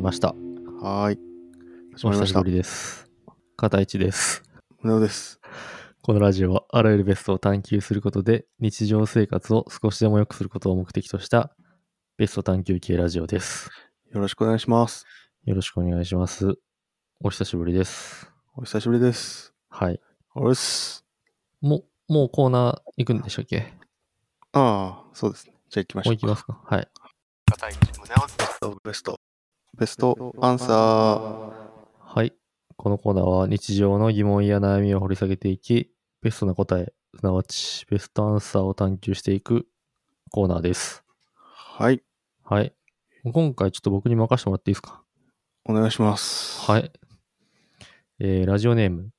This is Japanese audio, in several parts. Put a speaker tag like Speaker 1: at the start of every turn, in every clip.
Speaker 1: ました。
Speaker 2: はーい。始
Speaker 1: お
Speaker 2: まりま
Speaker 1: 久
Speaker 2: し
Speaker 1: したぶ。りです。片一です。
Speaker 2: 無能です。
Speaker 1: このラジオはあらゆるベストを探求することで日常生活を少しでも良くすることを目的としたベスト探求系ラジオです。
Speaker 2: よろしくお願いします。
Speaker 1: よろしくお願いします。お久しぶりです。
Speaker 2: お久しぶりです。
Speaker 1: はい。
Speaker 2: おれっす。
Speaker 1: もう、もうコーナー行くんでしたっけ
Speaker 2: ああ、そうですね。じゃあ行きまし
Speaker 1: もう
Speaker 2: ょう
Speaker 1: 行きますか。はい。
Speaker 2: ベスト。ベストアンサー。
Speaker 1: はい。このコーナーは日常の疑問や悩みを掘り下げていき、ベストな答え、すなわちベストアンサーを探求していくコーナーです。
Speaker 2: はい。
Speaker 1: はい。今回ちょっと僕に任せてもらっていいですか
Speaker 2: お願いします。。
Speaker 1: はいい。えー、ラジオネーム、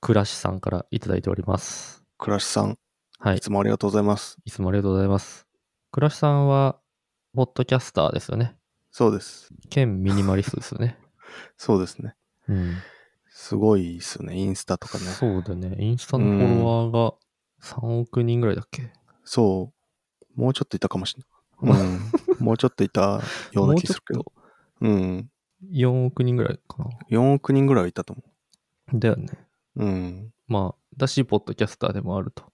Speaker 1: くらしさんからいただいております。
Speaker 2: 倉石さん、
Speaker 1: はい
Speaker 2: い。つもありがとうございます。
Speaker 1: いつもありがとうございます。くらしさんは、ポッドキャスターですよね。
Speaker 2: そうです。
Speaker 1: 兼ミニマリストですよね。
Speaker 2: そうですね。
Speaker 1: うん。
Speaker 2: すごいですね。インスタとかね。
Speaker 1: そうだね。インスタのフォロワーが3億人ぐらいだっけ
Speaker 2: そう。もうちょっといたかもしれ
Speaker 1: う
Speaker 2: ない。 うん。もうちょっといたような気するけ
Speaker 1: も
Speaker 2: ど。うん。
Speaker 1: 4億人ぐらいか
Speaker 2: 4億人ぐらいはいたと思
Speaker 1: な。だよね。
Speaker 2: う。うん。
Speaker 1: まあ、だし、ポッドキャスターでもあると。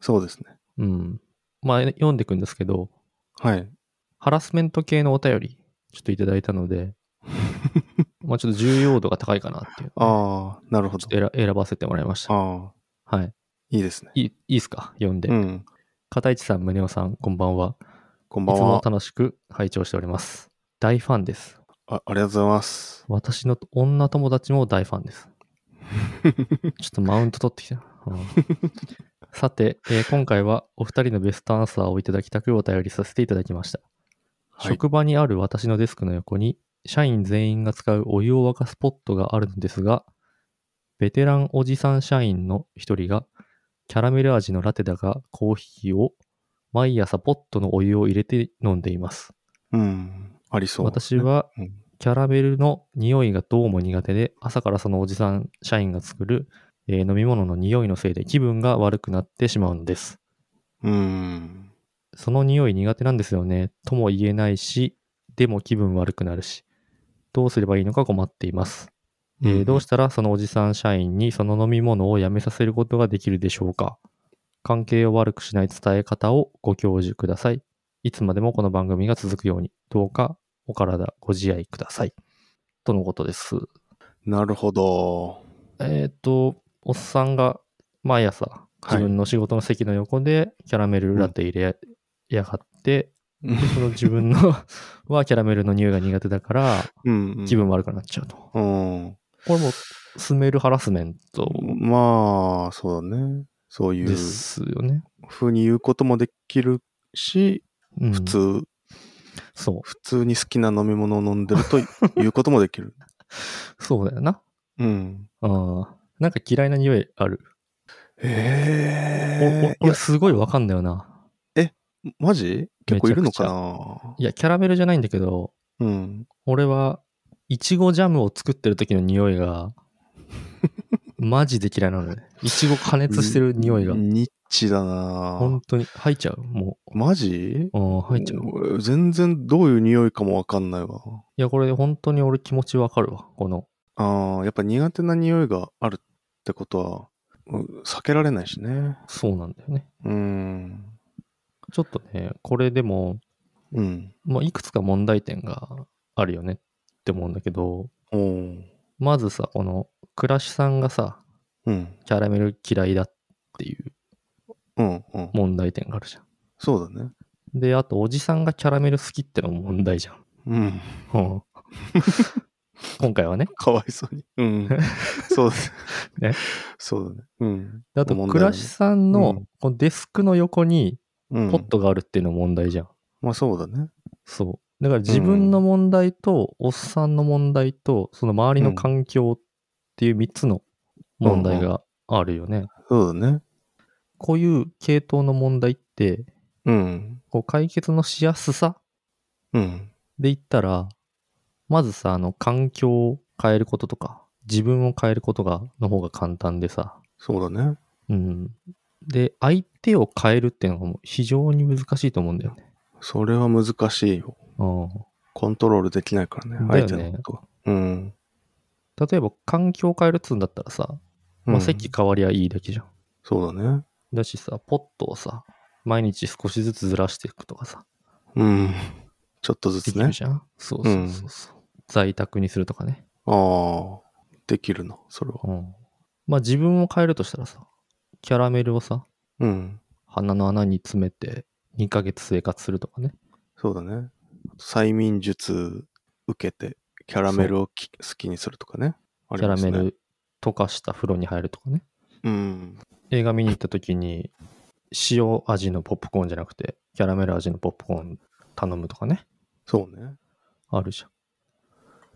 Speaker 2: そうですね。
Speaker 1: うん。まあ、読んでいくんですけど、
Speaker 2: はい。
Speaker 1: ハラスメント系のお便り、ちょっといただいたの で、まあ、ちょっと重要度が高いかなっていう。
Speaker 2: ああ、なるほど。
Speaker 1: 選選ばせてもらいました。
Speaker 2: ああ、
Speaker 1: はい。
Speaker 2: いいですね。
Speaker 1: いいいですか読んで。
Speaker 2: うん。
Speaker 1: 片市さん、宗男さん、こんばんは。
Speaker 2: こん
Speaker 1: い
Speaker 2: ばん
Speaker 1: つも
Speaker 2: は。
Speaker 1: 楽しく拝聴しております。大ファンです。
Speaker 2: あありがとうございます。
Speaker 1: 私の女友達も大ファン です。ちょっとマウント取ってきたな。うんさて、えー今回はお二人のベストアンサーをいただきたくお便りさせていただきました。
Speaker 2: はい
Speaker 1: 職場にある私のデスクの横に社員全員が使うお湯を沸かすポットがあるのですが、ベテランおじさん社員の一人がキャラメル味のラテだがコーヒーを毎朝ポットのお湯を入れて飲んでいます。
Speaker 2: うん。ありそう、
Speaker 1: 私、は
Speaker 2: うん
Speaker 1: キャラメルの匂いがどうも苦手で、朝からそのおじさん社員が作る、えー飲み物の匂いのせいで気分が悪くなってしまうのです。
Speaker 2: うん。
Speaker 1: その匂い苦手なんですよね、とも言えないし、でも気分悪くなるし、どうすればいいのか困っています。えーどう
Speaker 2: し
Speaker 1: したらそのおじさん社員にその飲み物をやめさせることができるでしょうか関係を悪くしない伝え方をご教授ください。いつまでもこの番組が続くように、どうかお体ご自愛ください。とのことです。
Speaker 2: なるほど。
Speaker 1: えっ、と、おっさんが毎朝自分の仕事の席の横でキャラメルラテ入れやがって、
Speaker 2: うん
Speaker 1: でその自分の はキャラメルの匂いが苦手だから
Speaker 2: うん、うん。
Speaker 1: 気分悪くなっちゃうと。
Speaker 2: うん。
Speaker 1: これもスメルハラスメント
Speaker 2: まあ、そうだね。そうい
Speaker 1: で
Speaker 2: う
Speaker 1: すよね。
Speaker 2: ふうに言うこともできるし、
Speaker 1: うん
Speaker 2: 普通、
Speaker 1: そ
Speaker 2: 普通に好きな飲み物を飲んでる と言うこともできる。
Speaker 1: う。そうだよな。
Speaker 2: うん。
Speaker 1: あーなんか嫌いな匂いある。お
Speaker 2: ええ
Speaker 1: お俺すごいわかんだよな。
Speaker 2: マジ結構いるのか
Speaker 1: め
Speaker 2: ない
Speaker 1: や、キャラメルじゃないんだけど、
Speaker 2: うん。
Speaker 1: 俺は、いちごジャムを作ってる時の匂い が、マジで嫌いなのね。いちご加熱してる匂いが、
Speaker 2: ニッチだな
Speaker 1: 本当に吐いちゃう。も
Speaker 2: マジ
Speaker 1: う、うん、吐いちゃう。い
Speaker 2: 俺全然どういう匂いかもわかんないわ。
Speaker 1: や、これ本当に俺気持ちわかるわ。この、
Speaker 2: ああ、やっぱ苦手な匂いがあるってことは、うん避けられないしね。
Speaker 1: そうなんだよね。
Speaker 2: うーん。
Speaker 1: ちょっとね、これでも、
Speaker 2: うん。
Speaker 1: まあ、いくつか問題点があるよねって思うんだけど、
Speaker 2: おー
Speaker 1: まずさ、この、クラシさんがさ、
Speaker 2: うん。
Speaker 1: キャラメル嫌いだっていう
Speaker 2: うん。うん。
Speaker 1: 問題点があるじゃ
Speaker 2: そうだね。
Speaker 1: ん。で、あと、おじさんがキャラメル好きってのも問題じゃん。
Speaker 2: うん。
Speaker 1: うん 今回はね。
Speaker 2: かわいそうに。うん。そうだね。
Speaker 1: ね
Speaker 2: そうだね。うん。
Speaker 1: であと、
Speaker 2: 問
Speaker 1: ク
Speaker 2: 題だね
Speaker 1: ラシさん
Speaker 2: う
Speaker 1: の
Speaker 2: ん
Speaker 1: このデスクの横に
Speaker 2: うん、
Speaker 1: ポットがあるっていうのも問題じゃん。
Speaker 2: まあそうだね。
Speaker 1: そう。だから自分の問題と、おっさんの問題と、その周りの環境っていう3つの問題があるよね。
Speaker 2: そうだね。
Speaker 1: こういう系統の問題って、
Speaker 2: うん。
Speaker 1: こう解決のしやすさ
Speaker 2: うん。
Speaker 1: で言ったら、まずさ、あの、環境を変えることとか、自分を変えることが、の方が簡単でさ、
Speaker 2: そうだね。
Speaker 1: うん。で、相手を変えるっていうのがもう非常に難しいと思うんだよね。
Speaker 2: それは難しいよ。
Speaker 1: うん。
Speaker 2: コントロールできないからね、
Speaker 1: だよ
Speaker 2: 相
Speaker 1: ね
Speaker 2: 手のことは。うん。
Speaker 1: 例えば環境を変えるっつうんだったらさ、まあ、席変わりゃいいだけじゃん。
Speaker 2: そうだね。
Speaker 1: だしさ、ポットをさ、毎日少しずつずらしていくとかさ、
Speaker 2: うん。ちょっとず
Speaker 1: で
Speaker 2: つ
Speaker 1: き
Speaker 2: ね
Speaker 1: る。じゃん。そうそうそうそう、在宅にするとかね。
Speaker 2: ああ、できるな、それは。
Speaker 1: うん。まあ自分を変えるとしたらさ、キャラメルをさ、
Speaker 2: うん。
Speaker 1: 鼻の穴に詰めて2ヶ月生活するとかね。
Speaker 2: そうだね。あと催眠術受けて、キャラメルをき好きにするとかね。あ
Speaker 1: キ
Speaker 2: り
Speaker 1: ャラ
Speaker 2: ます
Speaker 1: メ
Speaker 2: ね。
Speaker 1: ル溶かした風呂に入るとかね。
Speaker 2: うん。
Speaker 1: 映画見に行った時に、塩味のポップコーンじゃなくて、キャラメル味のポップコーン頼むとかね。
Speaker 2: そうね。
Speaker 1: あるじゃん。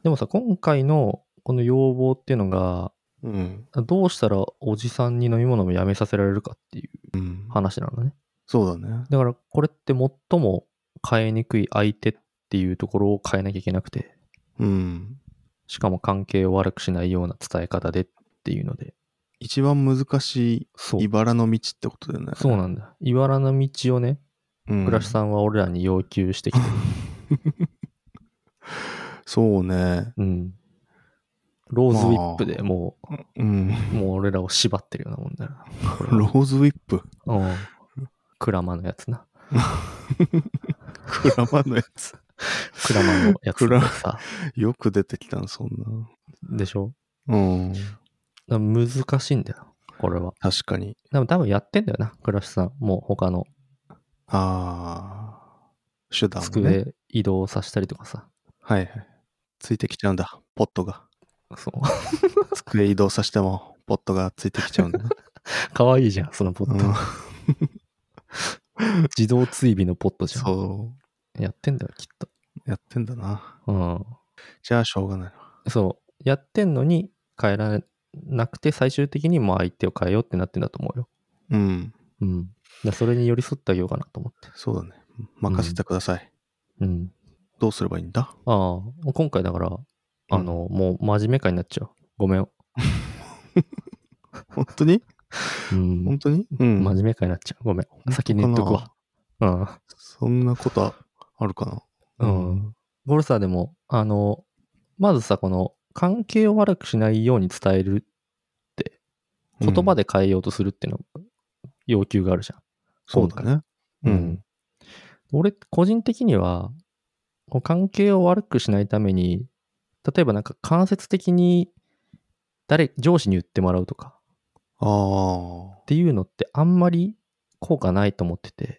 Speaker 1: でもさ、今回のこの要望っていうのが、
Speaker 2: うん。
Speaker 1: どうしたらおじさんに飲み物もやめさせられるかっていう
Speaker 2: うん、
Speaker 1: 話なのね。
Speaker 2: そうだね。
Speaker 1: だからこれって最も変えにくい相手っていうところを変えなきゃいけなくて、
Speaker 2: うん。
Speaker 1: しかも関係を悪くしないような伝え方でっていうので、
Speaker 2: 一番難し
Speaker 1: そう
Speaker 2: い、茨の道ってことだよね。
Speaker 1: そうなんだ。いわらの道をね、
Speaker 2: うん。
Speaker 1: 倉石さんは俺らに要求してきて、
Speaker 2: そうね。
Speaker 1: うん。ローズウィップでもう、
Speaker 2: うん。
Speaker 1: もう俺らを縛ってるようなもんだよ
Speaker 2: ローズウィップ。
Speaker 1: な。うん。クラマのやつな。
Speaker 2: クラマのやつ。
Speaker 1: クラマのやつ
Speaker 2: クラ
Speaker 1: さ。
Speaker 2: よく出てきたん、そん
Speaker 1: でしょ
Speaker 2: な。うん。
Speaker 1: だから難しいんだよ、これは。
Speaker 2: 確かに。
Speaker 1: でも多分やってんだよな、倉石さん。もう他の
Speaker 2: ああ。手段をね。
Speaker 1: 机移動させたりとかさ。
Speaker 2: はいはい。ついてきちゃうんだ、ポットが。
Speaker 1: そう。
Speaker 2: 机移動させても、ポットがついてきちゃうんだな。
Speaker 1: 可愛いじゃん、その ポット。
Speaker 2: うん
Speaker 1: 自動追尾のポットじゃん。
Speaker 2: そ
Speaker 1: やってんだよ、きっと。
Speaker 2: う。やってんだな。
Speaker 1: うん。
Speaker 2: じゃあ、しょうがないな。
Speaker 1: そう。やってんのに変えられなくて、最終的にもう相手を変えようってなってんだと思うよ。
Speaker 2: うん。
Speaker 1: うん。だからそれに寄り添ってあげようかなと思って。
Speaker 2: そうだね。任せてください。
Speaker 1: うん。
Speaker 2: どうすればいいんだ
Speaker 1: ああ、今回だから、あの、もう真面目かになっちゃう。ごめん。
Speaker 2: 本当に
Speaker 1: うん。
Speaker 2: 本当にうん
Speaker 1: 真面目かになっちゃう。ごめん。先に言っとくわ。うん。
Speaker 2: そんなことあるか
Speaker 1: う
Speaker 2: な。
Speaker 1: ん。ゴルサーでも、あの、まずさ、この、関係を悪くしないように伝える、言葉
Speaker 2: で、
Speaker 1: で変えようとするっていうの、要求があるじゃん。
Speaker 2: そうだね。うん。
Speaker 1: 俺、個人的には、こう関係を悪くしないために、例えばなんか間接的に、誰、上司に言ってもらうとか
Speaker 2: ああ。
Speaker 1: っていうのってあんまり効果ないと思って て、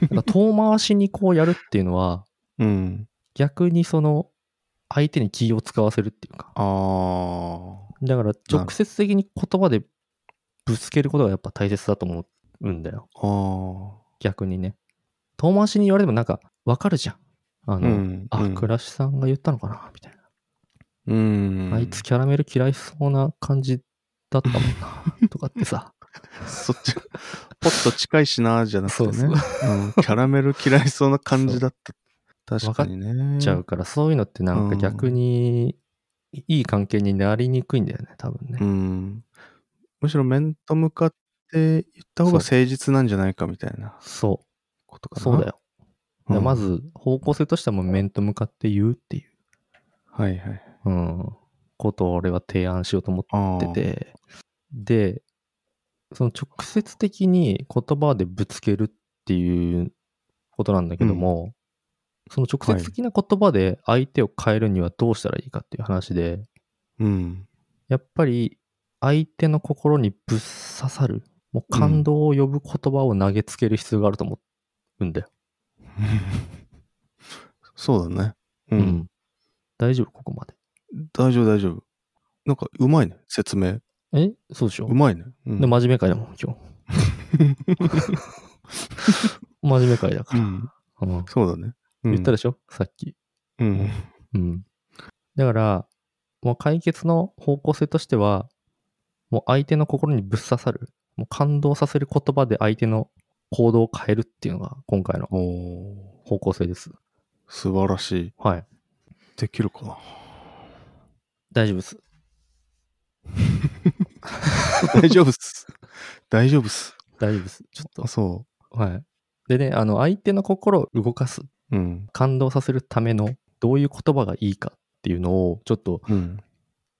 Speaker 1: だから遠回しにこうやるっていうのは、
Speaker 2: うん。
Speaker 1: 逆にその、相手に気を使わせるっていうか、
Speaker 2: ああ。
Speaker 1: だから直接的に言葉でぶつけることがやっぱ大切だと思うんだよ。
Speaker 2: ああ。
Speaker 1: 逆にね。遠回しに言われてもなんかわかるじゃん。あ
Speaker 2: う
Speaker 1: の、
Speaker 2: ん。
Speaker 1: あ、倉石さんが言ったのかなみたい
Speaker 2: うん。
Speaker 1: な。あいつキャラメル嫌いそうな感じだったもん な。とかってさ。
Speaker 2: そっち、ポッと近いしな、じゃなくてね。
Speaker 1: そう
Speaker 2: うんキャラメル嫌いそうな感じだった。確かにね。
Speaker 1: ちゃうから、そういうのってなんか逆にいい関係になりにくいんだよね、多分ね。
Speaker 2: うん。むしろ面と向かって言った方が誠実なんじゃないかみたいな
Speaker 1: そ
Speaker 2: ことか
Speaker 1: う。
Speaker 2: な。
Speaker 1: そうだよ。
Speaker 2: う
Speaker 1: だか
Speaker 2: ん。
Speaker 1: らまず方向性としてはもう面と向かって言うっていう、
Speaker 2: はいはい。
Speaker 1: うん、ことを俺は提案しようと思って
Speaker 2: あ
Speaker 1: って
Speaker 2: あ。
Speaker 1: て、で、その直接的に言葉でぶつけるっていうことなんだけども、その直接的な言葉で相手を変えるにはどうしたらいいかっていう話で、
Speaker 2: うん。
Speaker 1: やっぱり相手の心にぶっ刺さる、もう感動を呼ぶ言葉を投げつける必要があると思うんだよ。
Speaker 2: そうだね。う。
Speaker 1: うん大丈夫、ここまで。
Speaker 2: 大丈夫大丈夫。なんかうまいね、説明。
Speaker 1: えそうでしょ
Speaker 2: うまいね。うん
Speaker 1: で、真面目会だもん、 今日。真面目会だか
Speaker 2: う
Speaker 1: ら。
Speaker 2: ん
Speaker 1: うん
Speaker 2: そうだね。うん
Speaker 1: 言ったでしょ、さっき。
Speaker 2: うん。
Speaker 1: うん。だから、もう解決の方向性としては、もう相手の心にぶっ刺さる、もう感動させる言葉で相手の行動を変えるっていうのが今回の
Speaker 2: おお
Speaker 1: 方向性です。
Speaker 2: ー素晴らしい。
Speaker 1: はい。
Speaker 2: できるかな。
Speaker 1: 大丈夫です。
Speaker 2: 大丈夫っす。大丈夫っす。
Speaker 1: 大丈夫です。ちょっと
Speaker 2: あ、、そ
Speaker 1: はい。でね、あの、相手の心を動かす、
Speaker 2: うん。
Speaker 1: 感動させるための、どういう言葉がいいかっていうのを、ちょっと
Speaker 2: うん。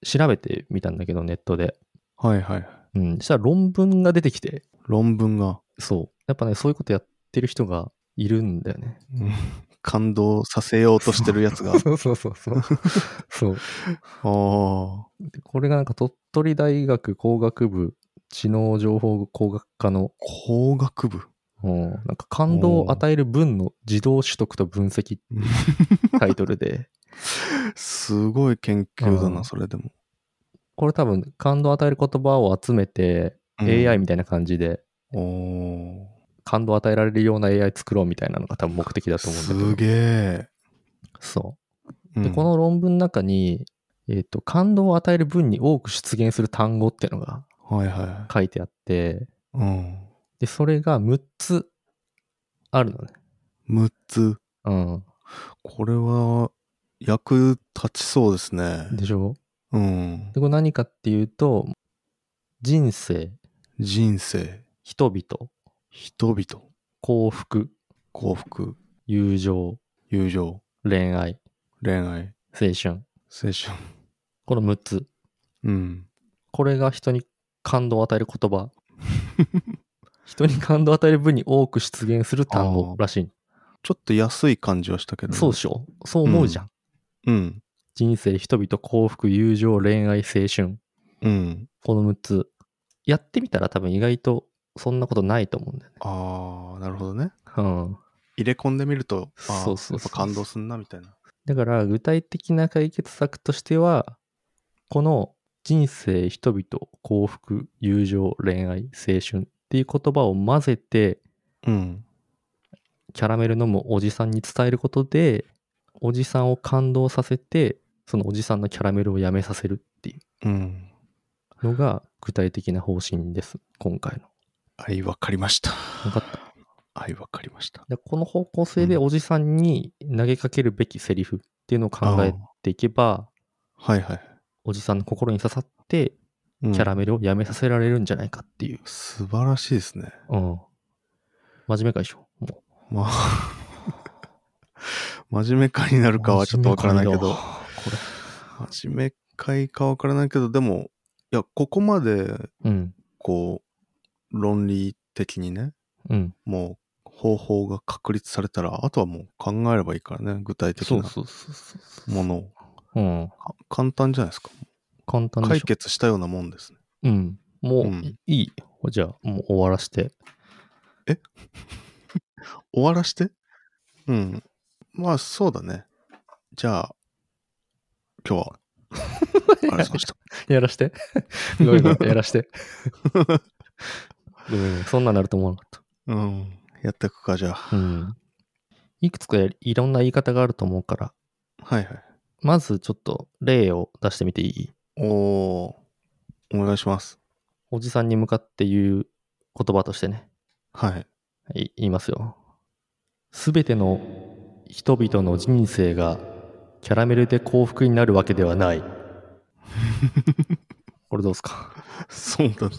Speaker 1: 調べてみたんだけど、ネットで。
Speaker 2: はいはい。
Speaker 1: うん。そしたら論文が出てきて、
Speaker 2: 論文が、
Speaker 1: そう。やっぱね、そういうことやってる人がいるんだよね。
Speaker 2: うん感動させようとしてるやつが。あ
Speaker 1: そうそうそう そう。そう。
Speaker 2: あ。
Speaker 1: でこれがなんか鳥取大学工学部知能情報工学科の、
Speaker 2: 工学部。
Speaker 1: うんなんか感動を与える文の自動取得と分析タイトル で、
Speaker 2: すごい研究だ
Speaker 1: う
Speaker 2: な、
Speaker 1: ん
Speaker 2: それでも。
Speaker 1: これ多分感動を与える言葉を集めて、
Speaker 2: うん
Speaker 1: AI みたいな感じで
Speaker 2: おお。
Speaker 1: 感動を与えられるような AI 作ろうみたいなのが多分目的だと思うんだけど。
Speaker 2: すげえ。
Speaker 1: そうう。
Speaker 2: ん
Speaker 1: で、この論文の中に、えっと、感動を与える文に多く出現する単語っていうのが
Speaker 2: はいは
Speaker 1: 書いてあって、
Speaker 2: い。うん。
Speaker 1: で、それが6つあるのね。
Speaker 2: 6つ。
Speaker 1: うん。
Speaker 2: これは、役立ちそうですね。
Speaker 1: でしょ
Speaker 2: うん
Speaker 1: で、。これ何かっていうと、人生、
Speaker 2: 人生、
Speaker 1: 人々、
Speaker 2: 人々、
Speaker 1: 幸福、
Speaker 2: 幸福、
Speaker 1: 友情、
Speaker 2: 友情、
Speaker 1: 恋愛、
Speaker 2: 恋愛、
Speaker 1: 青春。
Speaker 2: 青春。
Speaker 1: この6つ。
Speaker 2: うん。
Speaker 1: これが人に感動を与える言葉。 人に感動を与える分に多く出現する単語らしい。
Speaker 2: ちょっと安い感じはしたけど。
Speaker 1: そうでしょそう思うじゃん。
Speaker 2: うん。
Speaker 1: 人生、人々、幸福、友情、恋愛、青春。
Speaker 2: うん。
Speaker 1: この6つ。やってみたら多分意外とそんなことないと思うんだよね。
Speaker 2: ああ、なるほどね。
Speaker 1: うん。
Speaker 2: 入れ込んでみると、ああ、
Speaker 1: そうそうそう
Speaker 2: やっぱ感動すんな、みたいな。
Speaker 1: だから具体的な解決策としてはこの人生人々幸福友情恋愛青春っていう言葉を混ぜて
Speaker 2: うん。
Speaker 1: キャラメル飲むおじさんに伝えることでおじさんを感動させてそのおじさんのキャラメルをやめさせるってい
Speaker 2: うん。
Speaker 1: うのが具体的な方針です今回の。
Speaker 2: はい、わかりました。
Speaker 1: 分かった
Speaker 2: はい、わかりました。
Speaker 1: でこの方向性でおじさんに投げかけるべきセリフっていうのを考えていけば
Speaker 2: はいはい。
Speaker 1: おじさんの心に刺さって
Speaker 2: うん
Speaker 1: キャラメルをやめさせられるんじゃないかっていう。
Speaker 2: 素晴らしいですね。
Speaker 1: うん。真面目かいしょ。も
Speaker 2: まあ、 真面目かにな
Speaker 1: う。
Speaker 2: るかはちょっとわからないけど。
Speaker 1: こ
Speaker 2: 真面目かいかわからないけど、でも、いや、ここまで、
Speaker 1: れ。うん。
Speaker 2: こう、論理的にね、
Speaker 1: うん。
Speaker 2: もう方法が確立されたら、あとはもう考えればいいからね、具体的
Speaker 1: そう
Speaker 2: な
Speaker 1: そうそうそう。
Speaker 2: ものを。
Speaker 1: うん。
Speaker 2: か簡単じゃないですか。
Speaker 1: 簡単で
Speaker 2: 解
Speaker 1: しょ。
Speaker 2: 決したようなもんですね。
Speaker 1: うん。もう、
Speaker 2: うん
Speaker 1: いい。じゃあ、もう終わらして。
Speaker 2: 終わらしてうん。まあ、そうだね。じゃあ、今日は、ありがとうございま した。
Speaker 1: やら して。ごめんごめんやらして。ごめんごめんそんなんなると思わなかっ
Speaker 2: うん。やっていくか、じゃあ。
Speaker 1: た。うん。いくつかやりいろんな言い方があると思うから、
Speaker 2: はいはい。
Speaker 1: まずちょっと例を出してみていい
Speaker 2: おー、お願いします。
Speaker 1: おじさんに向かって言う言葉としてね。
Speaker 2: はい。
Speaker 1: い言いますよ。すべての人々の人生がキャラメルで幸福になるわけでは ない。これどうですか
Speaker 2: そうだ ね。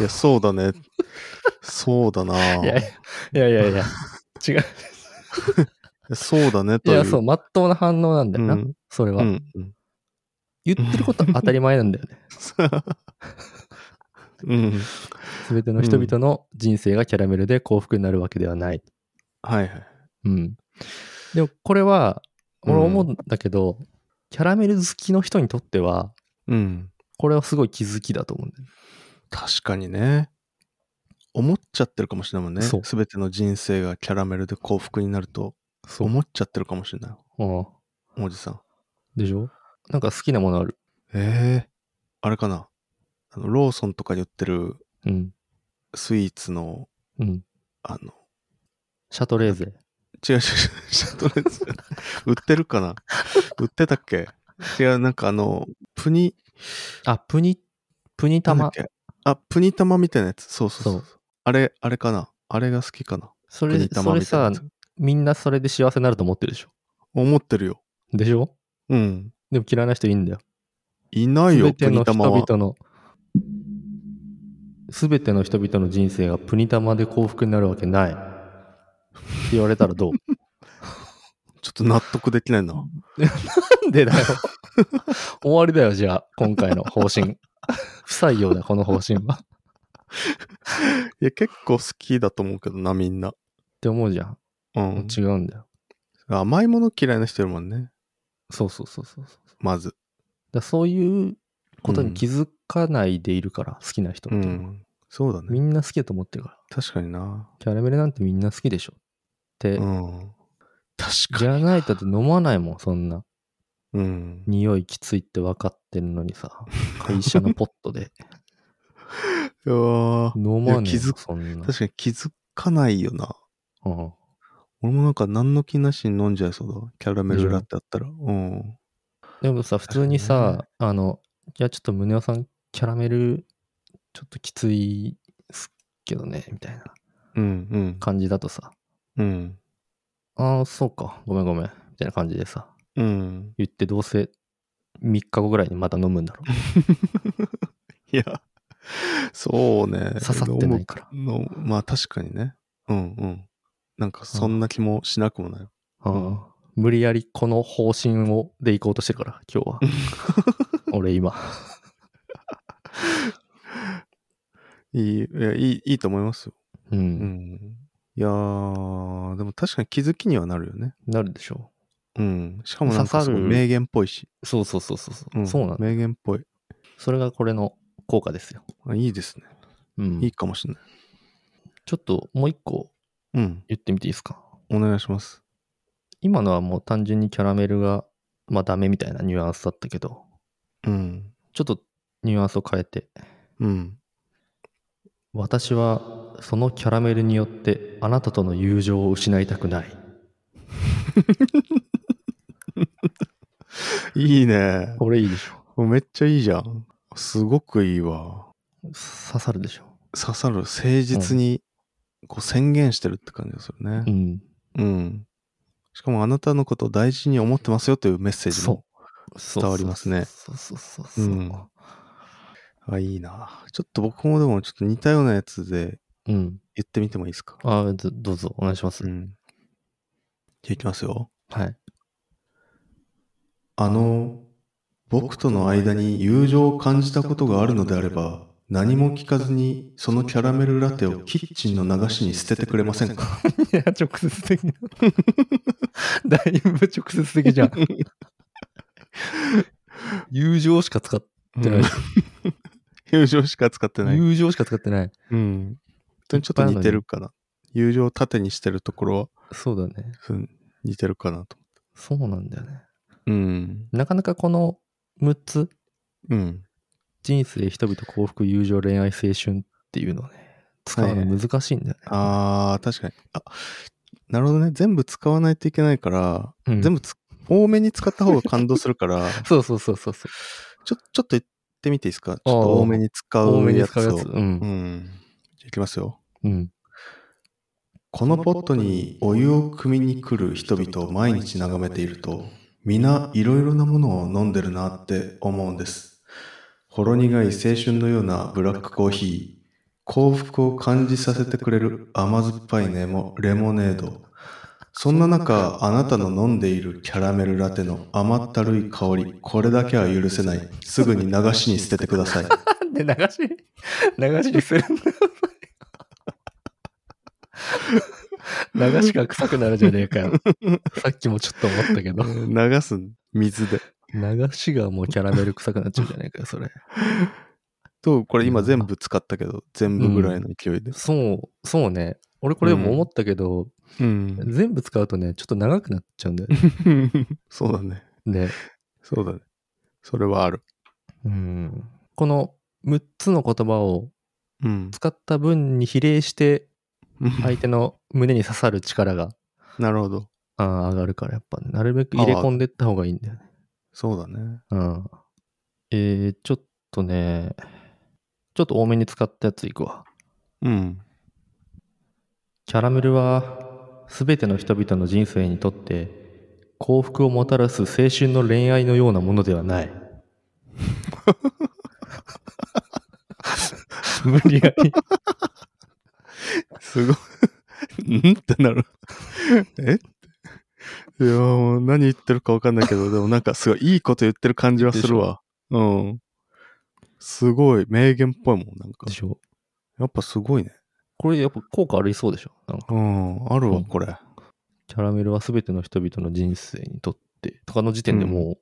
Speaker 2: いや、そうだね。そうだな。
Speaker 1: いやいやいやいや、違う。
Speaker 2: そうだね
Speaker 1: い
Speaker 2: という。
Speaker 1: や、そう、まっとうな反応なんだよな、
Speaker 2: うん
Speaker 1: それは、
Speaker 2: うんうん。
Speaker 1: 言ってることは当たり前なんだよね。
Speaker 2: うん。
Speaker 1: すべての人々の人生がキャラメルで幸福になるわけではない。
Speaker 2: はいはい。
Speaker 1: うん。でも、これは、俺思うんだけど、キャラメル好きの人にとっては、
Speaker 2: うん。
Speaker 1: これはすごい気づきだと思うんだよね。
Speaker 2: 確かにね。思っちゃってるかもしれないもんね。
Speaker 1: そ
Speaker 2: す
Speaker 1: う
Speaker 2: べての人生がキャラメルで幸福になると
Speaker 1: そ
Speaker 2: 思っちゃってるかもしれない。
Speaker 1: うん。
Speaker 2: おじさん。
Speaker 1: でしょなんか好きなものある。
Speaker 2: ええあれかな。あの、ローソンとかに売ってる
Speaker 1: うん。
Speaker 2: スイーツの、
Speaker 1: うん。
Speaker 2: あの、
Speaker 1: シャトレーゼ。
Speaker 2: 違う違う違う、シャトレ ーゼ。売ってるかな売ってたっけ違う、なんかあの、プニ、
Speaker 1: あ、プニ、プニ
Speaker 2: なんだ
Speaker 1: 玉
Speaker 2: っ。けあ、プニ玉みたいなやつ。そうそうそう。
Speaker 1: そ
Speaker 2: あれ、あれかなあれが好きかな
Speaker 1: そ
Speaker 2: プ
Speaker 1: れ
Speaker 2: ニ、
Speaker 1: そ
Speaker 2: 玉
Speaker 1: れ
Speaker 2: みたいな
Speaker 1: さ
Speaker 2: やつ、
Speaker 1: みんなそれで幸せになると思ってるでしょ。
Speaker 2: 思ってるよ。
Speaker 1: でしょ
Speaker 2: うん。
Speaker 1: でも嫌いな人いいんだよ。
Speaker 2: いない
Speaker 1: す
Speaker 2: よ、
Speaker 1: べ
Speaker 2: プ
Speaker 1: て
Speaker 2: ニ
Speaker 1: の人
Speaker 2: 玉は
Speaker 1: 々。の、すべての人々の人生がプニ玉で幸福になるわけない。言われたらどう
Speaker 2: ちょっと納得できないな。
Speaker 1: なんでだよ。 終わりだよ、じゃあ、今回の方 針。不採用だ、この方針は。っ
Speaker 2: いや、結構好きだと思うけどな、みんな。
Speaker 1: て思うじゃん。
Speaker 2: うん。
Speaker 1: 違うんだよ。
Speaker 2: 甘いもの嫌いな人いるもんね。
Speaker 1: そうそうそうそうそう。
Speaker 2: まず。
Speaker 1: だそういうことに気づかないでいるから、好きな人っ
Speaker 2: う
Speaker 1: て、
Speaker 2: ん。そうだ
Speaker 1: み
Speaker 2: ね。
Speaker 1: んな好きだと思ってるから。
Speaker 2: 確かにな。
Speaker 1: キャラメルなんてみんな好きでしょって、
Speaker 2: うん。確
Speaker 1: じ
Speaker 2: か
Speaker 1: ゃないとだって飲まないもん、そんな。
Speaker 2: に。うん。
Speaker 1: 匂いきついって分かってるのにさ、会社 のポッ トで
Speaker 2: いやー
Speaker 1: 飲まねえ
Speaker 2: いや気
Speaker 1: よ、
Speaker 2: づ
Speaker 1: そんな。
Speaker 2: 確かに気づかないよな。
Speaker 1: うん
Speaker 2: 俺もなんか何の気なしに飲んじゃいそうだわ。キャラメルラテあったら。うん。
Speaker 1: でもさ、普通に
Speaker 2: 確かに
Speaker 1: さ、あの、いや、ちょっと宗男さん、キャラメル、ちょっときついっすけどね、みたいな
Speaker 2: うんうん。
Speaker 1: 感じだとさ、
Speaker 2: うん。
Speaker 1: ああ、そうか、ごめんごめん、みたいな感じでさ、
Speaker 2: うん。
Speaker 1: 言ってどうせ3日後ぐらいにまた飲むんだろ う。
Speaker 2: いや、そうね。
Speaker 1: 刺さってないから。
Speaker 2: 飲むの。まあ確かにね。うんうん。なんかそんな気もしなくもない。
Speaker 1: うん無理やりこの方針をで行こうとしてるから、今日 は。俺今。
Speaker 2: いいいやいい、いいと思いますよ。
Speaker 1: う。
Speaker 2: うんん。いやー、でも確かに気づきにはなるよね。
Speaker 1: なるでしょ
Speaker 2: うん。しかもなんかすご
Speaker 1: 刺さ
Speaker 2: い
Speaker 1: る
Speaker 2: 名言っぽいし。
Speaker 1: う。そうそうそうそうそう。
Speaker 2: ん
Speaker 1: そうなんだ。
Speaker 2: 名言っぽい。
Speaker 1: それがこれの効果ですよ。
Speaker 2: あいいですね。
Speaker 1: うん。
Speaker 2: いいかもしれない。
Speaker 1: ちょっともう一個
Speaker 2: うん。
Speaker 1: 言ってみていいですか。
Speaker 2: お願いします。
Speaker 1: 今のはもう単純にキャラメルが、まあダメみたいなニュアンスだったけど、
Speaker 2: うん。
Speaker 1: ちょっとニュアンスを変えて、
Speaker 2: うん。
Speaker 1: 私はそのキャラメルによってあなたとの友情を失いたくない。
Speaker 2: いいね。
Speaker 1: これいいでしょ。
Speaker 2: めっちゃいいじゃん。すごくいいわ。
Speaker 1: 刺さるでしょ。
Speaker 2: 刺さる。誠実に、こう宣言してるって感じがする
Speaker 1: う
Speaker 2: ね。
Speaker 1: ん。
Speaker 2: うん。しかもあなたのことを大事に思ってますよというメッセージも。
Speaker 1: そう。そう
Speaker 2: 伝わりますね
Speaker 1: そうそうそうそう。
Speaker 2: うんあ、いいな。ちょっと僕もでもちょっと似たようなやつで
Speaker 1: うん。
Speaker 2: 言ってみてもいいですか。
Speaker 1: あどどうぞ、お願いします。
Speaker 2: ん。じゃあいきますよ。
Speaker 1: はい。
Speaker 2: あの、僕との間に友情を感じたことがあるのであれば、何も聞かずにそのキャラメルラテをキッチンの流しに捨ててくれませんか
Speaker 1: いや、 直接的な。 だいぶ直接的じゃん。 友情しか使ってない。
Speaker 2: 友情しか使ってない。
Speaker 1: 友情しか使ってない。
Speaker 2: うん。本当にちょっと似てるかな。友情を盾にしてるところは、
Speaker 1: そうだね。
Speaker 2: うん似てるかなと。
Speaker 1: そうなんだよね。
Speaker 2: うん。
Speaker 1: なかなかこの6つ、
Speaker 2: うん。
Speaker 1: 人生、人々、幸福、友情、恋愛、青春っていうのをね、使うの難しいんだよね。
Speaker 2: あー、確かに。あ、なるほどね。全部使わないといけないから、
Speaker 1: うん
Speaker 2: 全部つ多めに使った方が感動する から、
Speaker 1: そうそうそうそうそう。
Speaker 2: ちょ、ちょっと言ってみていいですかちょっと多めに使
Speaker 1: 多
Speaker 2: う
Speaker 1: めに
Speaker 2: やつ
Speaker 1: 使うや
Speaker 2: を
Speaker 1: つ。。うん
Speaker 2: う。ん。じゃあいきますよ。
Speaker 1: うん。
Speaker 2: このポットにお湯を汲みに来る人々を毎日眺めていると、皆いろいろなものを飲んでるなって思うんです。ほろ苦い青春のようなブラックコーヒー、幸福を感じさせてくれる甘酸っぱいネモレモネード。そんな中、あなたの飲んでいるキャラメルラテの甘ったるい香り、これだけは許せない。すぐに流しに捨ててください。
Speaker 1: で、流し、流しに するんだ。流しが臭くなるじゃねえかよ。 さっきもちょっと思ったけど。
Speaker 2: 流す水で。
Speaker 1: 流しがもうキャラメル臭くなっちゃうじゃねえかよ、それ。
Speaker 2: と、これ今全部使ったけど、全部ぐらいの勢いで。
Speaker 1: そう、そうね。俺これも思ったけど、
Speaker 2: うん。
Speaker 1: 全部使うとね、ちょっと長くなっちゃうんだよね。
Speaker 2: そうだね。
Speaker 1: ね。
Speaker 2: そうだね。それはある。
Speaker 1: うん。この6つの言葉を
Speaker 2: うん。
Speaker 1: 使った分に比例して、
Speaker 2: い。
Speaker 1: 相手の胸に刺さる力が
Speaker 2: なるほど。
Speaker 1: あー上がるから、やっぱ、なるべく入れ込んでった方がいいんだよね
Speaker 2: そうだね。
Speaker 1: うん。えー、ちょっとね、ちょっと多めに使ったやついくわ。
Speaker 2: うん。
Speaker 1: キャラメルは、すべての人々の人生にとって、幸福をもたらす青春の恋愛のようなものではない。無理やり。
Speaker 2: すごい。んってなる。 えいや、もう何言ってるかわかんないけど、でもなんかすごいいいこと言ってる感じはするわ。うん。すごい、名言っぽいもん、なんか
Speaker 1: で。しょ
Speaker 2: やっぱすごいね。
Speaker 1: これやっぱ効果ありそうでしょなんか
Speaker 2: うん、ある
Speaker 1: う
Speaker 2: わ、
Speaker 1: ん
Speaker 2: これ。
Speaker 1: キャラメルは全ての人々の人生にとってとかの時点でも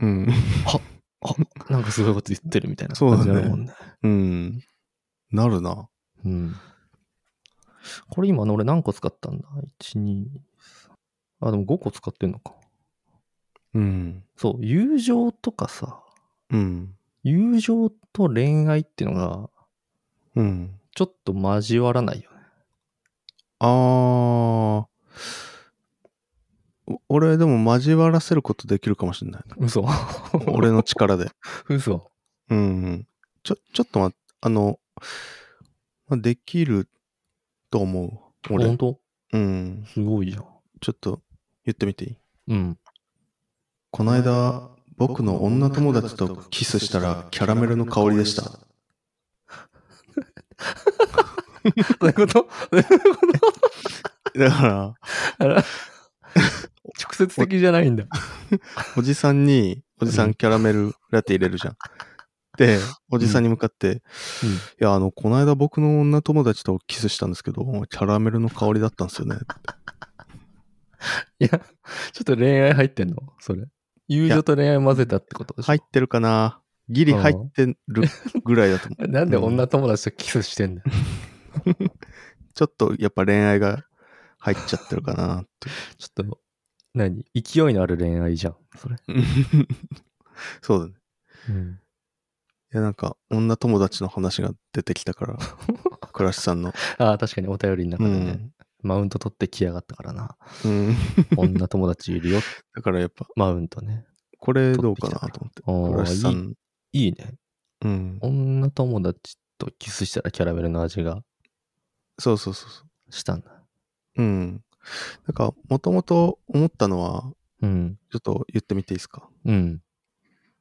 Speaker 2: うん。
Speaker 1: う、なんかすごいこと言ってるみたいな
Speaker 2: そうだ
Speaker 1: 感じ
Speaker 2: ね
Speaker 1: になるもんね。
Speaker 2: うん。なるな。
Speaker 1: うん。これ今の俺何個使ったんだ ?1、2、3あ、でも5個使ってんのか。
Speaker 2: うん。
Speaker 1: そう、友情とかさ、
Speaker 2: うん。
Speaker 1: 友情と恋愛っていうのが
Speaker 2: うん。
Speaker 1: ちょっと交わらないよね。
Speaker 2: あー。お俺、でも交わらせることできるかもしれ ない。
Speaker 1: 嘘
Speaker 2: 俺の力で。
Speaker 1: 嘘
Speaker 2: うんうん。ちょ、ちょっと待って、あの、まあできると思う。
Speaker 1: 本
Speaker 2: 俺。
Speaker 1: 当
Speaker 2: うん。
Speaker 1: すごいじゃん。
Speaker 2: ちょっと言ってみていい
Speaker 1: うん。
Speaker 2: この間、僕の女友達とキスしたらキャラメルの香りでした。
Speaker 1: どういうこと
Speaker 2: だから、
Speaker 1: 直接的じゃないんだ。
Speaker 2: おじさんに、おじさ
Speaker 1: うん
Speaker 2: キャラメルラテ入れるじゃん。で、おじさんに向かって、いや、あの、この間僕の女友達とキスしたんですけど、キャラメルの香りだったんですよね。
Speaker 1: いや、ちょっと恋愛入ってんのそれ。友情と恋愛混ぜたってことでしょ
Speaker 2: 入ってるかなギリ入ってるぐらいだと思う。
Speaker 1: なん で女友達とキスしてんだよ。
Speaker 2: ちょっとやっぱ恋愛が入っちゃってる かなっていう
Speaker 1: ちょっと、何勢いのある恋愛じゃん、それ。
Speaker 2: そうだね。いや、なんか、女友達の話が出てき たから、倉石さんの。
Speaker 1: ああ、確かにお便りの
Speaker 2: う
Speaker 1: 中でね、
Speaker 2: ん。
Speaker 1: マウント取ってきやがったからな。
Speaker 2: うん。
Speaker 1: 女友達いるよ、
Speaker 2: だからやっぱ、
Speaker 1: マウントね。
Speaker 2: これどうかなと思って。
Speaker 1: 取
Speaker 2: 倉
Speaker 1: って
Speaker 2: 石
Speaker 1: き
Speaker 2: さ
Speaker 1: た
Speaker 2: ん。
Speaker 1: いいね。
Speaker 2: うん。
Speaker 1: 女友達とキスしたらキャラメルの味が
Speaker 2: そうそうそうそ
Speaker 1: したんだ。
Speaker 2: う。うん。なんか、もともと思ったのは、
Speaker 1: うん。
Speaker 2: ちょっと言ってみていいですか。
Speaker 1: うん。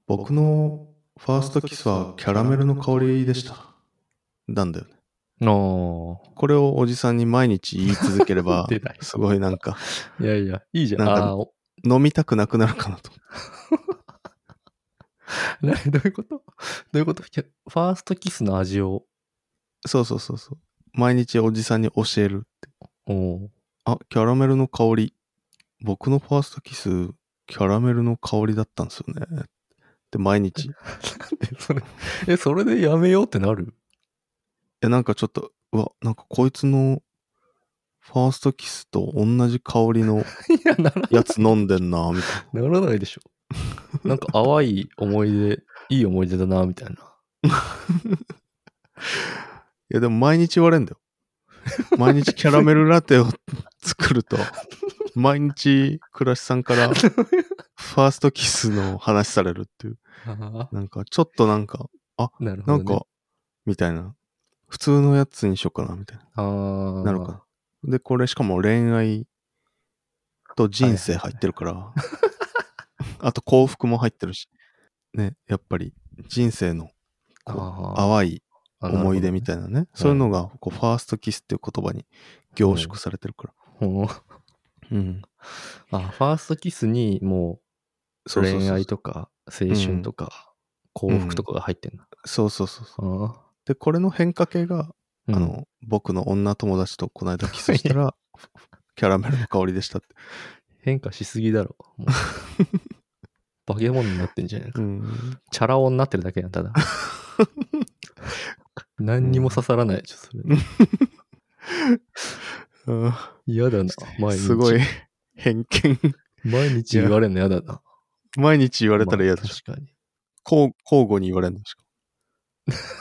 Speaker 2: 僕のファーストキスはキャラメルの香りでした。なんだよね。
Speaker 1: の
Speaker 2: これをおじさんに毎日言い続けれ ば
Speaker 1: 出ない、
Speaker 2: すごいなんか、
Speaker 1: いやいや、いいじゃん。
Speaker 2: なんか
Speaker 1: ああ、お
Speaker 2: 飲みたくなくなるかなと。
Speaker 1: などういうことどういうことキャファーストキスの味を。
Speaker 2: そうそうそうそう。毎日おじさんに教える。
Speaker 1: おー
Speaker 2: あ、キャラメルの香り。僕のファーストキス、キャラメルの香りだったんですよね。で、毎日。い
Speaker 1: でそれ、 え、それでやめようってなる
Speaker 2: や、なんかちょっと、うわ、なんかこいつの、ファーストキスと同じ香 り の
Speaker 1: いや、なら
Speaker 2: やつ飲んでんな、みたい
Speaker 1: ならないでしょ。なんか淡い思い出、いい思い出だな、みたいな。
Speaker 2: な。いや、でも毎日言われんだよ。毎日キャラメルラテを 作ると、毎日、倉石さんから、ファーストキスの話されるっていう。 なんか、ちょっとなんか、
Speaker 1: なるほど、
Speaker 2: なん
Speaker 1: ね。
Speaker 2: か、みたいな。普通のやつにしようかな、みたいな。
Speaker 1: あー
Speaker 2: なるか。な。で、これしかも恋愛と人生入ってるから、 あと幸福も入ってるし、ね、やっぱり人生のこう
Speaker 1: あ
Speaker 2: 淡い
Speaker 1: ー
Speaker 2: 思い出み
Speaker 1: い
Speaker 2: たいなね、そういうのがこうファーストキスっていう言葉に凝縮されてるか
Speaker 1: な。
Speaker 2: ら。
Speaker 1: ほう
Speaker 2: うん。
Speaker 1: あ、ファーストキスにもう
Speaker 2: そうそうそう
Speaker 1: 恋愛とか青春とか幸福とかが入ってんだ。
Speaker 2: そうそうそうそう。
Speaker 1: あ
Speaker 2: で、これの変化系が、
Speaker 1: ー
Speaker 2: あ、の、僕の女友達とこの間キスし たら、キャラメルの香りでしたって。
Speaker 1: 変化しすぎだろ。もう バケモンになってんじゃないか。
Speaker 2: うん。
Speaker 1: チャラ男になってるだけやん、ただ。 何にも刺さらない。ちょっとそれ
Speaker 2: うん
Speaker 1: 嫌だな。 毎日。
Speaker 2: すごい。偏見。
Speaker 1: 毎日言われるの嫌だな。
Speaker 2: 毎日言われたら嫌
Speaker 1: ま
Speaker 2: で
Speaker 1: あ
Speaker 2: しょ。
Speaker 1: 確かに。
Speaker 2: 交交互に言われるんでしょ。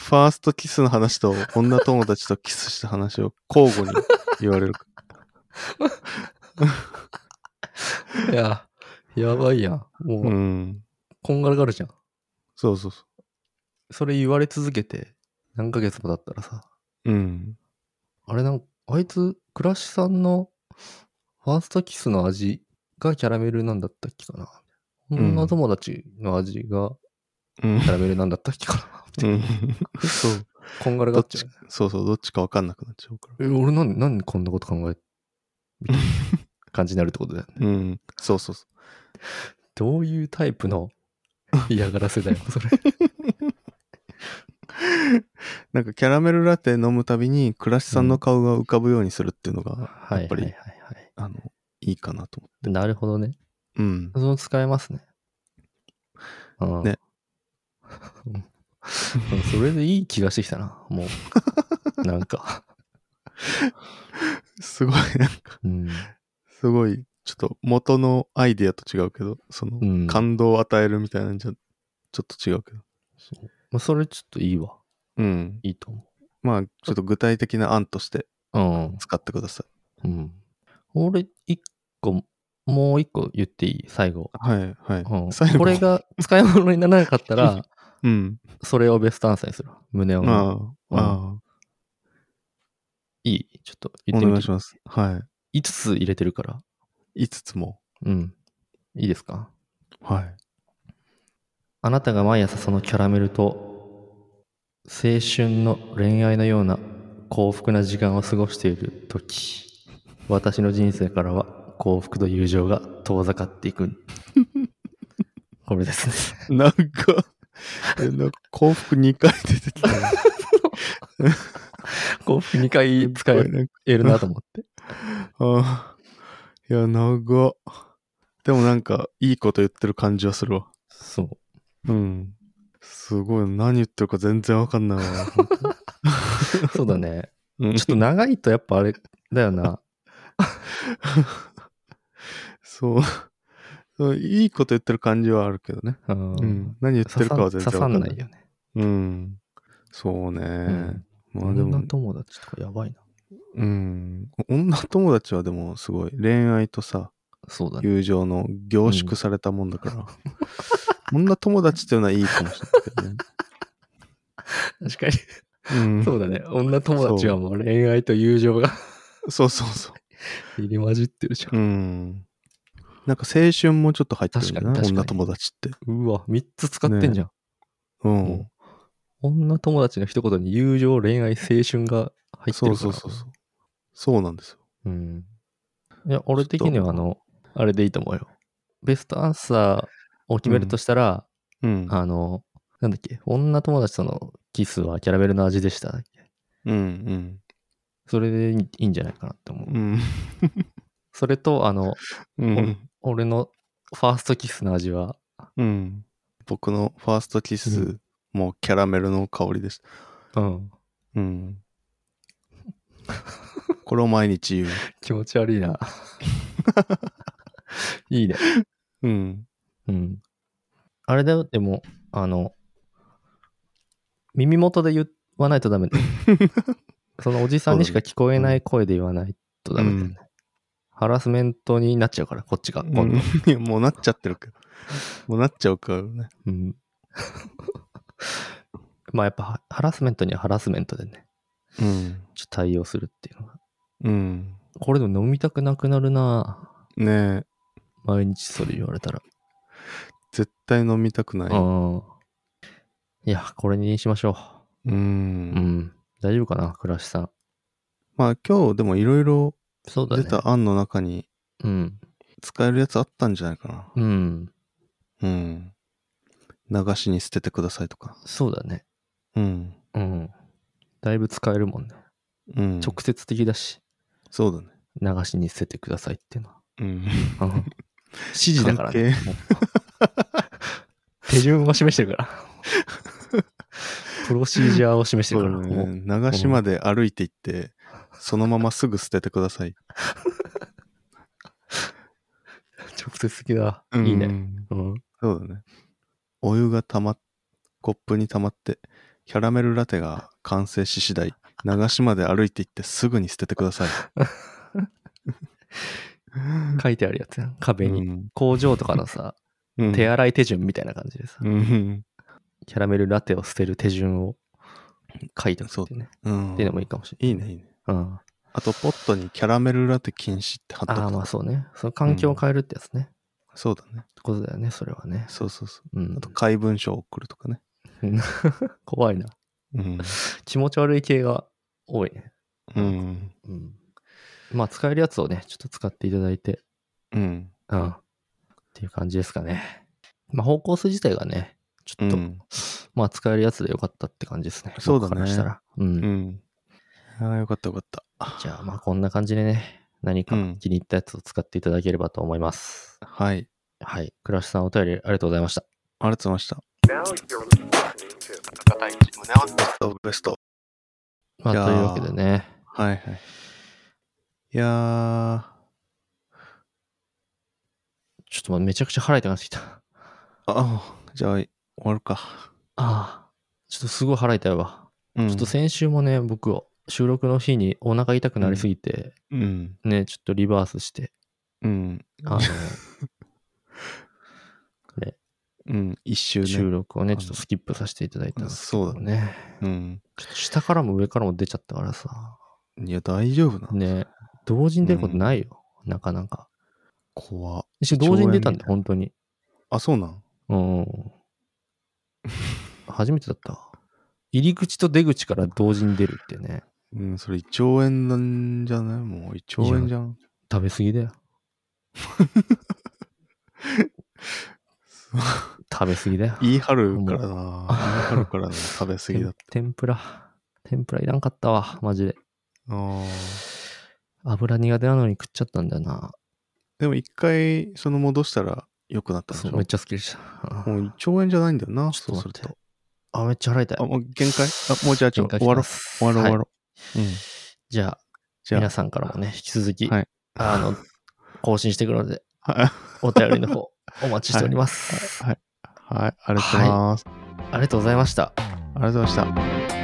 Speaker 2: ファーストキスの話と女友達とキスした話を交互に言われる。
Speaker 1: いや、やばいやん。もう、
Speaker 2: うん。
Speaker 1: こんがらがるじゃん。
Speaker 2: そうそうそ
Speaker 1: それ言われ続けて、何ヶ月も経ったらさ、
Speaker 2: う。うん。
Speaker 1: あれなんあいつ、倉らさんのファーストキスの味がキャラメルなんだったっけかな。
Speaker 2: ん
Speaker 1: 女友達の味が
Speaker 2: う ん
Speaker 1: キャラメルなんだったっけかな。
Speaker 2: うん。そう。
Speaker 1: こんがら
Speaker 2: ど
Speaker 1: がっ
Speaker 2: っ
Speaker 1: ち
Speaker 2: ち
Speaker 1: ゃう。
Speaker 2: そうそう、どっちかわかんなくなっちゃうから。
Speaker 1: え、俺なん、なんでこんなこと考え、みたいな感じになるってことだよね。
Speaker 2: うん。そうそうそ
Speaker 1: どういうタイプ の嫌がらせだよ、それ。
Speaker 2: う。なんかキャラメルラテ飲むたびに、倉しさんの顔が浮かぶようにするっていうのが、
Speaker 1: はい
Speaker 2: やっぱり
Speaker 1: はいはいはい
Speaker 2: あの、いいかなと思
Speaker 1: でなるほどね。
Speaker 2: う。うん。
Speaker 1: その使えますね。うん。
Speaker 2: ね
Speaker 1: うん。それでいい気がしてきたな、も う。なんか。
Speaker 2: すごい、なんか、
Speaker 1: うん。
Speaker 2: すごい、ちょっと元のアイディアと違うけど、その
Speaker 1: う、ん。
Speaker 2: 感動を与えるみたいなんじゃ、ちょっと違うけど。
Speaker 1: そうまあ、それちょっといいわ。
Speaker 2: うん。
Speaker 1: いいと思
Speaker 2: まあ、ちょっと具体的な案として
Speaker 1: う。
Speaker 2: 使ってください。
Speaker 1: うん。うん。俺、一個、もう一個言っていい最後。
Speaker 2: はい、は
Speaker 1: うん、
Speaker 2: い。
Speaker 1: これ、が使い物にならなかったら、
Speaker 2: うん。
Speaker 1: それをベストアンサーにする。胸を。
Speaker 2: ああ、あ
Speaker 1: いいちょっと
Speaker 2: あ、
Speaker 1: 言
Speaker 2: お
Speaker 1: ってみて。
Speaker 2: 願いします。は
Speaker 1: 5つ入れてるから。
Speaker 2: い。5つも。
Speaker 1: うん。いいですか
Speaker 2: はい。
Speaker 1: あなたが毎朝そのキャラメルと青春の恋愛のような幸福な時間を過ごしている時私の人生からは幸福と友情が遠ざかっていくこれですね
Speaker 2: なんか、えなんか幸福2回出てきたな。
Speaker 1: 幸福2回使
Speaker 2: すごいなんか
Speaker 1: えるなと思 って
Speaker 2: あーいや、長っ。でもなんか、いいこと言ってる感じはするわ。
Speaker 1: そう
Speaker 2: うん。すごい。何言ってるか全然わか んないわ。本当に
Speaker 1: そうだね
Speaker 2: うん
Speaker 1: ちょっと長いとやっぱあれだよな
Speaker 2: そう そう。いいこと言ってる感じはあるけどね。
Speaker 1: うん
Speaker 2: うん。何言って
Speaker 1: 刺
Speaker 2: る
Speaker 1: さ
Speaker 2: かは全然わ
Speaker 1: 刺
Speaker 2: か
Speaker 1: さ
Speaker 2: んない。
Speaker 1: んないよね
Speaker 2: うん。そうね。
Speaker 1: ん
Speaker 2: まあで
Speaker 1: 女
Speaker 2: も、
Speaker 1: 友達とかやばいな
Speaker 2: うん。女友達はでもすごい。恋愛とさ、
Speaker 1: そうだね
Speaker 2: 友情の凝縮されたもんだから。女友達っていうのはいいかもしれない
Speaker 1: 確かに
Speaker 2: けどね。うん。
Speaker 1: そうだね。女友達はもう恋愛と友情が
Speaker 2: そうそうそ
Speaker 1: 入り混じってるじゃ
Speaker 2: う。
Speaker 1: ん。
Speaker 2: うん。なんか青春もちょっと入ってるんだ
Speaker 1: 確か
Speaker 2: よね。
Speaker 1: に確かに
Speaker 2: 女友達って。
Speaker 1: うわ、3つ使ってんじゃん。
Speaker 2: うん。
Speaker 1: も女友達の一言に友情、恋愛、青春が入ってるから。
Speaker 2: そうそうそうそう。そうなんですよ。
Speaker 1: うん。いや、俺的にはあの、あれでいいと思うよ。ベストアンサーを決めるとしたら、
Speaker 2: うん。
Speaker 1: あの、なんだっけ、女友達とのキスはキャラメルの味でしただっけ。
Speaker 2: うん
Speaker 1: それでいいいいんじゃないかなって思う
Speaker 2: う。ん。
Speaker 1: それと、あの、
Speaker 2: うん。うん。
Speaker 1: 俺のファーストキスの味は、
Speaker 2: うん。僕のファーストキス、
Speaker 1: う
Speaker 2: もうキャラメルの香りでした。
Speaker 1: うん、
Speaker 2: うん。 これを毎日言う。
Speaker 1: 気持ち悪いな。いいね。
Speaker 2: うん。
Speaker 1: うん。あれだよ、でも、あの、耳元で言わないとダメ だよ。そのおじさんにしか聞こえない声で言わないとダメだよね。ハラスメントになっちゃうから、こっちが。今
Speaker 2: うん
Speaker 1: 度
Speaker 2: いや、もうなっちゃってるけど。もうなっちゃうからね。
Speaker 1: うん。 まあやっぱハハラスメントにはハラスメントでね、
Speaker 2: うん。
Speaker 1: ちょっと対応するっていうのが。
Speaker 2: うん。
Speaker 1: これでも飲みたくなくなるな
Speaker 2: ねえ。
Speaker 1: 毎日それ言われたら。
Speaker 2: 絶対飲みたくない。
Speaker 1: うん。いや、これにしましょ
Speaker 2: うん。
Speaker 1: う。うん。大丈夫かな、倉石さん。
Speaker 2: まあ今日でもいろいろ
Speaker 1: そうだね。
Speaker 2: 出た案の中に
Speaker 1: うん。
Speaker 2: 使えるやつあったんじゃないか
Speaker 1: うん。
Speaker 2: な。うん。流しに捨ててくださいとか。
Speaker 1: そうだね。
Speaker 2: うん。
Speaker 1: うん。だいぶ使えるもんね。
Speaker 2: うん。
Speaker 1: 直接的だし、
Speaker 2: そうだね。
Speaker 1: 流しに捨ててくださいっていうのは。
Speaker 2: うん。
Speaker 1: うん指示だからね。もう 手順を示して るから。プロシージャーを示して
Speaker 2: そ
Speaker 1: る
Speaker 2: う
Speaker 1: か
Speaker 2: だ
Speaker 1: ら。もう
Speaker 2: ね。流しまで歩いていって、そのまますぐ捨ててください。
Speaker 1: 直接的だ。いいうね。
Speaker 2: ん
Speaker 1: うん。
Speaker 2: そうだね。お湯がたまっ、コップにたまって、キャラメルラテが完成し次第、流しまで歩いていってすぐに捨ててください。
Speaker 1: 書いてあるやつやん。壁に。
Speaker 2: うん
Speaker 1: 工場とかのさ、
Speaker 2: うん
Speaker 1: 手洗い手順みたいな感じでさ、
Speaker 2: うん。
Speaker 1: キャラメルラテを捨てる手順を書いておくっていうね。
Speaker 2: うん
Speaker 1: っていうのもいいかもしれ
Speaker 2: い
Speaker 1: ない
Speaker 2: ね、いいね。
Speaker 1: い。うん。
Speaker 2: あと、ポットにキャラメルラテ禁止って貼っ
Speaker 1: ああ、
Speaker 2: と
Speaker 1: まあ
Speaker 2: く。
Speaker 1: そうね。その環境を変えるってやつね。
Speaker 2: そうだね。
Speaker 1: ってことだよね、それはね。
Speaker 2: そうそうそう。
Speaker 1: うん
Speaker 2: あと、怪文書を送るとかね。
Speaker 1: 怖いな。
Speaker 2: うん。
Speaker 1: 気持ち悪い系が多いね。
Speaker 2: うん。
Speaker 1: うん。まあ、使えるやつをね、ちょっと使っていただいて、
Speaker 2: うん。
Speaker 1: うん。っていう感じですかね。まあ、方向性自体がね、ち
Speaker 2: う
Speaker 1: ょっと、
Speaker 2: ん。
Speaker 1: まあ、使えるやつでよかったって感じですね。
Speaker 2: そうだね
Speaker 1: 僕からしたら。う。
Speaker 2: うんん。ああ、よかったよかった。
Speaker 1: じゃあ、まあ、こんな感じでね、何か
Speaker 2: うん
Speaker 1: 気に入ったやつを使っていただければと思います。
Speaker 2: はい。
Speaker 1: はい。倉石さん、お便りありがとうございました。
Speaker 2: ありがとうございました。ベスト。
Speaker 1: まあ、
Speaker 2: いやー
Speaker 1: というわけでね。
Speaker 2: はいはい。いやー、
Speaker 1: ちょっとまあめちゃくちゃ腹痛くなってきた。あ
Speaker 2: あ、じゃあ終わるか。
Speaker 1: あ。ちょっとすごい腹痛いわ。
Speaker 2: うん、
Speaker 1: ちょっと先週もね、僕、収録の日にお腹痛くなりすぎて、
Speaker 2: うん。
Speaker 1: ね、ちょっとリバースして、
Speaker 2: うん。
Speaker 1: あの、
Speaker 2: うん。一周
Speaker 1: 収
Speaker 2: ね。
Speaker 1: 録をね、
Speaker 2: あの
Speaker 1: ちょっとスキップさせていただいたんですけ
Speaker 2: そう
Speaker 1: ど
Speaker 2: だね。
Speaker 1: ね。
Speaker 2: うん。
Speaker 1: ちょっと下からも上からも出ちゃったからさ。
Speaker 2: いや、大丈夫な。
Speaker 1: ね、同時に出ることないよ。なかなか。
Speaker 2: 怖っ
Speaker 1: 一緒同時に出たんだよ、
Speaker 2: 上
Speaker 1: 本当に。
Speaker 2: あ、そうなん
Speaker 1: うん。初めてだった。入り口と出口から同時に出るってね。
Speaker 2: うん、それ1兆円なんじゃないもう1兆円じゃん。
Speaker 1: 食べ過ぎだよ。食べ過ぎだよ。
Speaker 2: 言い張るからな。言い張るからな。食べ過ぎだって。
Speaker 1: 天ぷら。天ぷらいらんかったわ、マジで。
Speaker 2: あー
Speaker 1: 油苦手なのに食っちゃったんだよな。
Speaker 2: でも一回、その戻したら良くなったんで
Speaker 1: そ
Speaker 2: し
Speaker 1: う
Speaker 2: ょ
Speaker 1: めっちゃ好きでした。あ
Speaker 2: もう1兆円じゃないんだよな、
Speaker 1: ちょ
Speaker 2: そ
Speaker 1: っと
Speaker 2: うす
Speaker 1: 待
Speaker 2: る
Speaker 1: って
Speaker 2: と。
Speaker 1: あ、めっちゃ腹痛い。
Speaker 2: あ、もう限界あ、もうじゃあちょっと終わろう。終わろう終わ
Speaker 1: う。
Speaker 2: ろう。うん。
Speaker 1: じゃあ、
Speaker 2: じゃ
Speaker 1: 皆さんからもね、引き続き、
Speaker 2: はい
Speaker 1: あの、更新していくので、
Speaker 2: あ。 はい。
Speaker 1: お便りの方、お待ちしております。
Speaker 2: はい。ありがとうございます。
Speaker 1: ありがとうございました。
Speaker 2: ありがとうございました。